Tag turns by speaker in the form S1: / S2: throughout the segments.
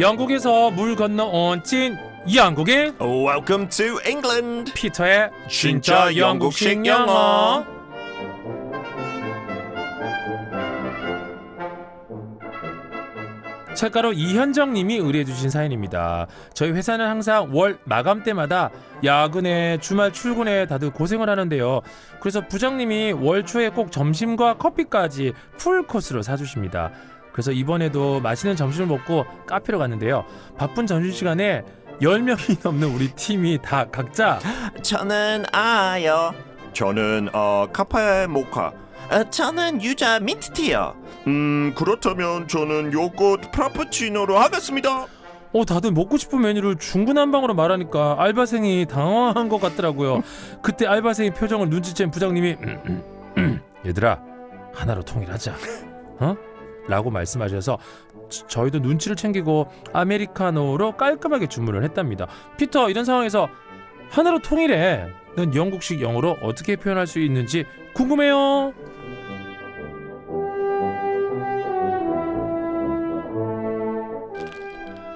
S1: 영국에서 물 건너 온 찐 영국인
S2: Welcome to England.
S1: 피터의 진짜 영국식 영어 철가로 이현정 님이 의뢰해 주신 사연입니다. 저희 회사는 항상 월 마감 때마다 야근에 주말 출근에 다들 고생을 하는데요. 그래서 부장님이 월 초에 꼭 점심과 커피까지 풀 코스로 사주십니다. 그래서 이번에도 맛있는 점심을 먹고 카페로 갔는데요. 바쁜 점심시간에 10명이 넘는 우리 팀이 다 각자
S3: 저는 아요.
S2: 저는 어, 카페 모카.
S3: 어, 저는 유자 민트티요.
S2: 음 그렇다면 저는 요거트 프라푸치노로 하겠습니다.
S1: 어, 다들 먹고 싶은 메뉴를 중구난방으로 말하니까 알바생이 당황한 것 같더라고요. 그때 알바생의 표정을 눈치챈 부장님이 "음, 음, 음, 얘들아 하나로 통일하자, 어? 라고 말씀하셔서 저- 저희도 눈치를 챙기고 아메리카노로 깔끔하게 주문을 했답니다. 피터 이런 상황에서 하나로 통일해. 는 영국식 영어로 어떻게 표현할 수 있는지 궁금해요.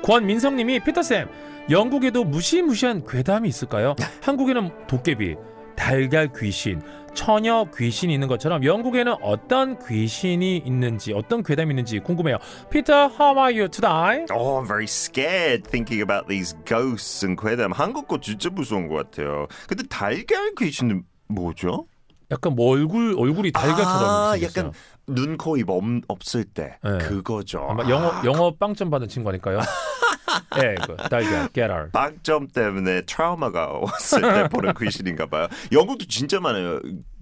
S1: 권민성님이 피터쌤 영국에도 무시무시한 괴담이 있을까요? 한국에는 도깨비, 달걀 귀신, 처녀 귀신이 있는 것처럼 영국에는 어떤 귀신이 있는지 어떤 괴담이 있는지 궁금해요. 피터, how are you today?
S2: Oh, I'm very scared thinking about these ghosts and 괴담. 한국 거 진짜 무서운 것 같아요. 근데 달걀 귀신은 뭐죠?
S1: 약간 뭐 얼굴 얼굴이 달걀처럼
S2: 아,
S1: 생겼어요.
S2: 약간 눈, 코, 입 없, 없을 때
S1: 네.
S2: 그거죠.
S1: 아마
S2: 아,
S1: 영어 영어 빵점 받은 친구 아닐까요? 예, 그 달걀, 깨알.
S2: 빵점 때문에 트라우마가 왔을 때 보는 귀신인가 봐요. 영국도 진짜 많아요.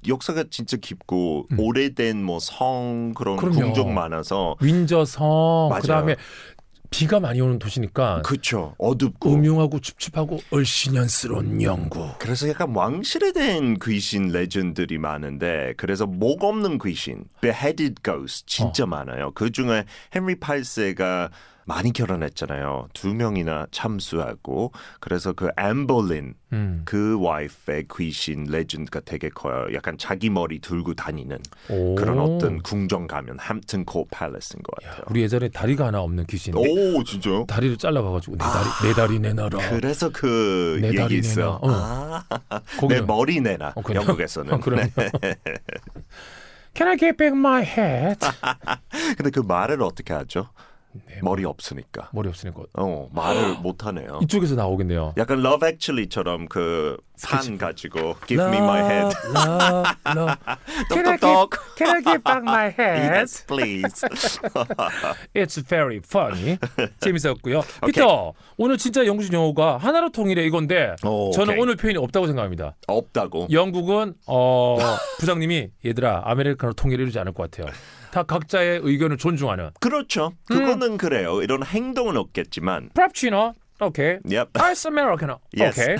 S2: 역사가 진짜 깊고 오래된 뭐 성 그런
S1: 음. 그럼요.
S2: 궁정 많아서
S1: 윈저성
S2: 맞아요.
S1: 그다음에 비가 많이 오는 도시니까
S2: 그쵸 어둡고
S1: 음흉하고 춥춥하고 얼씬연스러운 영국.
S2: 그래서 약간 왕실에 대한 귀신 레전드들이 많은데 그래서 목 없는 귀신 beheaded ghost 진짜
S1: 어.
S2: 많아요. 그 중에 헨리 8세가 많이 결혼했잖아요. 두 명이나 참수하고 그래서 그 앰버린
S1: 음.
S2: 그 와이프의 귀신 레전드가 되게 커요. 약간 자기 머리 들고 다니는
S1: 오.
S2: 그런 어떤 궁정 가면 햄튼 코 팰리스인 것 같아요.
S1: 우리 예전에 다리가 하나 없는 귀신인데
S2: 네. 오 진짜요?
S1: 다리를 잘라봐가지고 내 다리 내 다리 내놔라
S2: 그래서 그
S1: 아. 내
S2: 얘기
S1: 다리 내놔
S2: 있어요. 아,
S1: 어.
S2: 내
S1: 거기는
S2: 머리 내놔
S1: 어, 그래요?
S2: 영국에서는. 네.
S1: 어, 그럼요. Can I get back my head?
S2: 근데 그 말을 어떻게 하죠?
S1: 네,
S2: 머리 없으니까.
S1: 머리 없으니까
S2: 어 말을 못 하네요.
S1: 이쪽에서 나오겠네요.
S2: 약간 Love Actually처럼 그판 가지고 Give me my head.
S1: Love, love. Can I get,
S2: 똑똑똑.
S1: can I get back my head?
S2: Yes, please.
S1: It's very funny. 재밌었고요. 피터 오늘 진짜 영국식 영어가 하나로 통일해 이건데
S2: 오,
S1: 저는
S2: 오케이.
S1: 오늘 표현이 없다고 생각합니다.
S2: 없다고.
S1: 영국은 어, 부장님이 얘들아 아메리카노 통일을 이루지 않을 것 같아요. 다 각자의 의견을 존중하는.
S2: 그렇죠.
S1: 음.
S2: 그거는 그래요. 이런 행동은 없겠지만.
S1: 프랍치노 오케이.
S2: Yep.
S1: 아이스 아메리카노
S2: Yes.
S1: 오케이.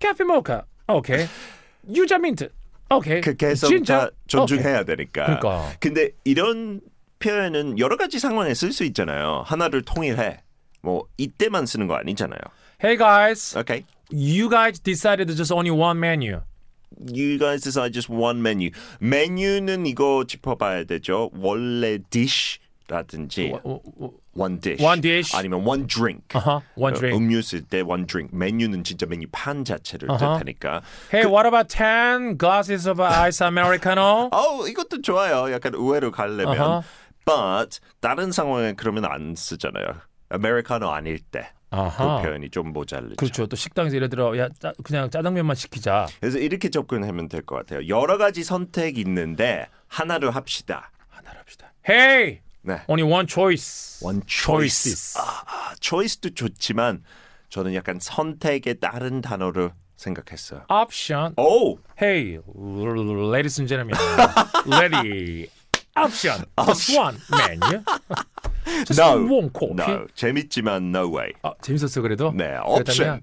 S1: 카페 모카 오케이. 유자 민트 오케이.
S2: 그 계속
S1: 진짜?
S2: 다 존중해야
S1: 오케이.
S2: 되니까.
S1: 그러니까
S2: 근데 이런 표현은 여러 가지 상황에 쓸 수 있잖아요. 하나를 통일해. 뭐 이때만 쓰는 거 아니잖아요.
S1: Hey guys,
S2: Okay.
S1: you guys decided just only one menu.
S2: You guys decide just one menu. 메뉴는 이거 짚어봐야 되죠. 원래 dish라든지
S1: 어, 어,
S2: one dish,
S1: One dish.
S2: 아니면 one drink.
S1: 아하, Uh-huh.
S2: Uh,
S1: one drink.
S2: 음료수 때 one drink. 메뉴는 진짜 메뉴 판 자체를
S1: 아하.
S2: 뜻하니까.
S1: Hey, what about 10 glasses of ice americano?
S2: 어 이것도 좋아요. 약간 의외로 가려면.
S1: 아하.
S2: But 다른 상황에 그러면 안 쓰잖아요. 아메리카노 아닐 때. 그
S1: 아하.
S2: 표현이 좀 모자르죠.
S1: Uh-huh. 그렇죠. 또 식당에서 예를 들어 야 짜- 그냥 짜장면만 시키자.
S2: 그래서 이렇게 접근하면 될 것 같아요. 여러 가지 선택이 있는데 하나를 합시다.
S1: 하나로 합시다. Hey,
S2: 네.
S1: only one choice.
S2: One choice. 아, choice도 좋지만 저는 약간 선택에 따른 단어를 생각했어요. Oh,
S1: Option.
S2: 오,
S1: Hey, ladies and gentlemen, ready. Option. Just one menu. Just
S2: No.
S1: one coffee.
S2: no. 재밌지만 no way.
S1: 아, 재밌었어 그래도.
S2: 네,
S1: 그렇다면-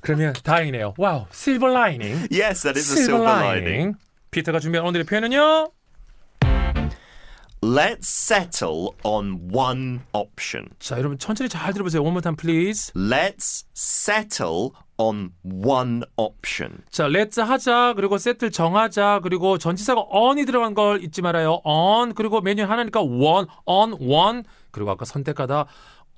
S1: 그러면 다행이네요. 와우, silver lining.
S2: Yes, that is a silver lining.
S1: 피터가 준비한 오늘의 표현은요.
S2: Let's settle on one option.
S1: 자, 여러분 천천히 잘 들어보세요. One more time, please.
S2: Let's settle on one option.
S1: 자, let's 하자. 그리고 settle 정하자. 그리고 전치사가 on이 들어간 걸 잊지 말아요. on. 그리고 메뉴 하나니까 one, on, one. 그리고 아까 선택하다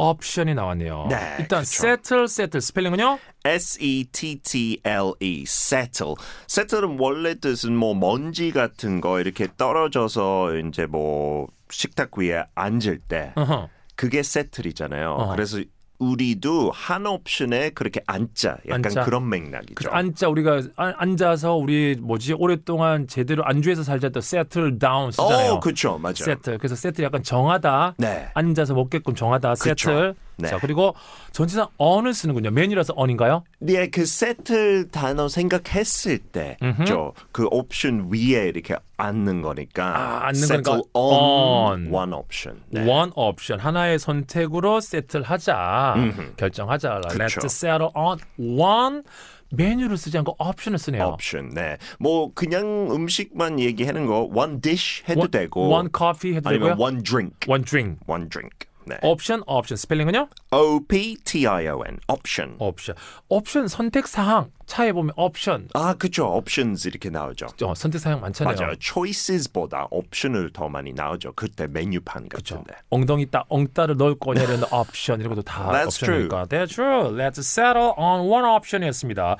S1: option이 나왔네요.
S2: 네,
S1: 일단
S2: 그쵸.
S1: settle, settle 스펠링은요?
S2: S E T T L E settle. settle은 원래 뜻은 뭐 먼지 같은 거 이렇게 떨어져서 이제 뭐 식탁 위에 앉을 때
S1: 어허.
S2: 그게 settle이잖아요.
S1: 어.
S2: 그래서 우리도 한 옵션에 그렇게 앉자 약간
S1: 앉자.
S2: 그런 맥락이죠.
S1: 앉자 우리가 아- 앉아서 우리 뭐지 오랫동안 제대로 안주해서 살자 또 settle down 쓰잖아요.
S2: 어, 그렇죠, 맞아요.
S1: settle. 그래서 settle 약간 정하다.
S2: 네,
S1: 앉아서 먹게끔 정하다.
S2: 그쵸.
S1: settle.
S2: 네.
S1: 자 그리고 전치사 on을 쓰는군요. 메뉴라서 on인가요?
S2: 네, 그 settle 단어 생각했을 때죠. 그 옵션 위에 이렇게 앉는 거니까
S1: 아, 앉는
S2: settle
S1: 거니까 on.
S2: on one option. 네.
S1: 원 옵션 하나의 선택으로 세틀하자 결정하자 Let's settle on one 메뉴를 쓰지 않고 옵션을 쓰네요
S2: option. 네. 뭐 그냥 음식만 얘기하는 거 one dish 해도
S1: 원-
S2: 되고
S1: one coffee 해도
S2: 아니면
S1: 되고요 어.
S2: one drink.
S1: one drink
S2: one drink. 네.
S1: 옵션 옵션 스펠링은요
S2: O P T I O N. option.
S1: 옵션 옵션 선택 사항 차에 보면 옵션
S2: 아, 그렇죠. options 이렇게 나오죠.
S1: 어, 선택 사항 많잖아요
S2: 맞아요. choices보다 option을 더 많이 나오죠. 그때 메뉴판
S1: 그렇죠.
S2: 같은데.
S1: 엉덩이 따 엉따를 넣을 거냐 이런 옵션 이런 것도 다
S2: That's
S1: 옵션이니까. That's true. Let's settle on one option이었습니다.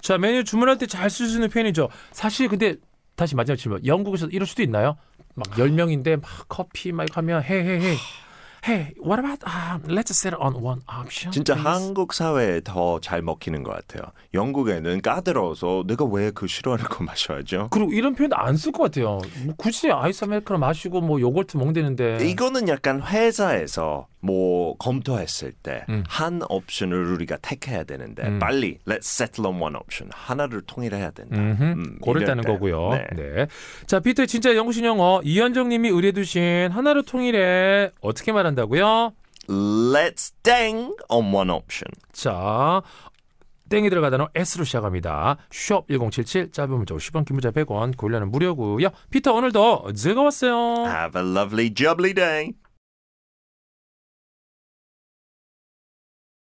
S1: 자 메뉴 주문할 때 잘 쓸 수 있는 표현이죠. 사실 근데 다시 마지막 질문. 영국에서 이럴 수도 있나요? 막 10명인데 막 커피 막 이렇게 하면 헤헤헤. Hey, what about 아, let's settle on one option?
S2: 진짜
S1: please?
S2: 한국 사회에 더 잘 먹히는 것 같아요. 영국에는 까다로워서 내가 왜 그 싫어하는 거 마셔야죠?
S1: 그리고 이런 표현도 안 쓸 것 같아요. 뭐 굳이 아이스 아메리카노 마시고 뭐 요거트 먹는다는데
S2: 이거는 약간 회사에서 뭐 검토했을 때 한 옵션을 우리가 택해야 되는데 빨리 let's settle on one option 하나를 통일해야 된다. 음,
S1: 고를다는
S2: 이럴 때.
S1: 거고요.
S2: 네.
S1: 네. 자, 피터의 진짜 영국식 영어 이현정 님이 의뢰두신 하나로 통일해 어떻게 말한다고요?
S2: Let's dang on one option.
S1: 자, 땡이 들어가다는 S로 시작합니다. 숍 1077 짧은 문자 50원 긴 문자 100원 고려는 무료고요. 피터 오늘도 즐거웠어요.
S2: 아, Have a lovely jubbly day.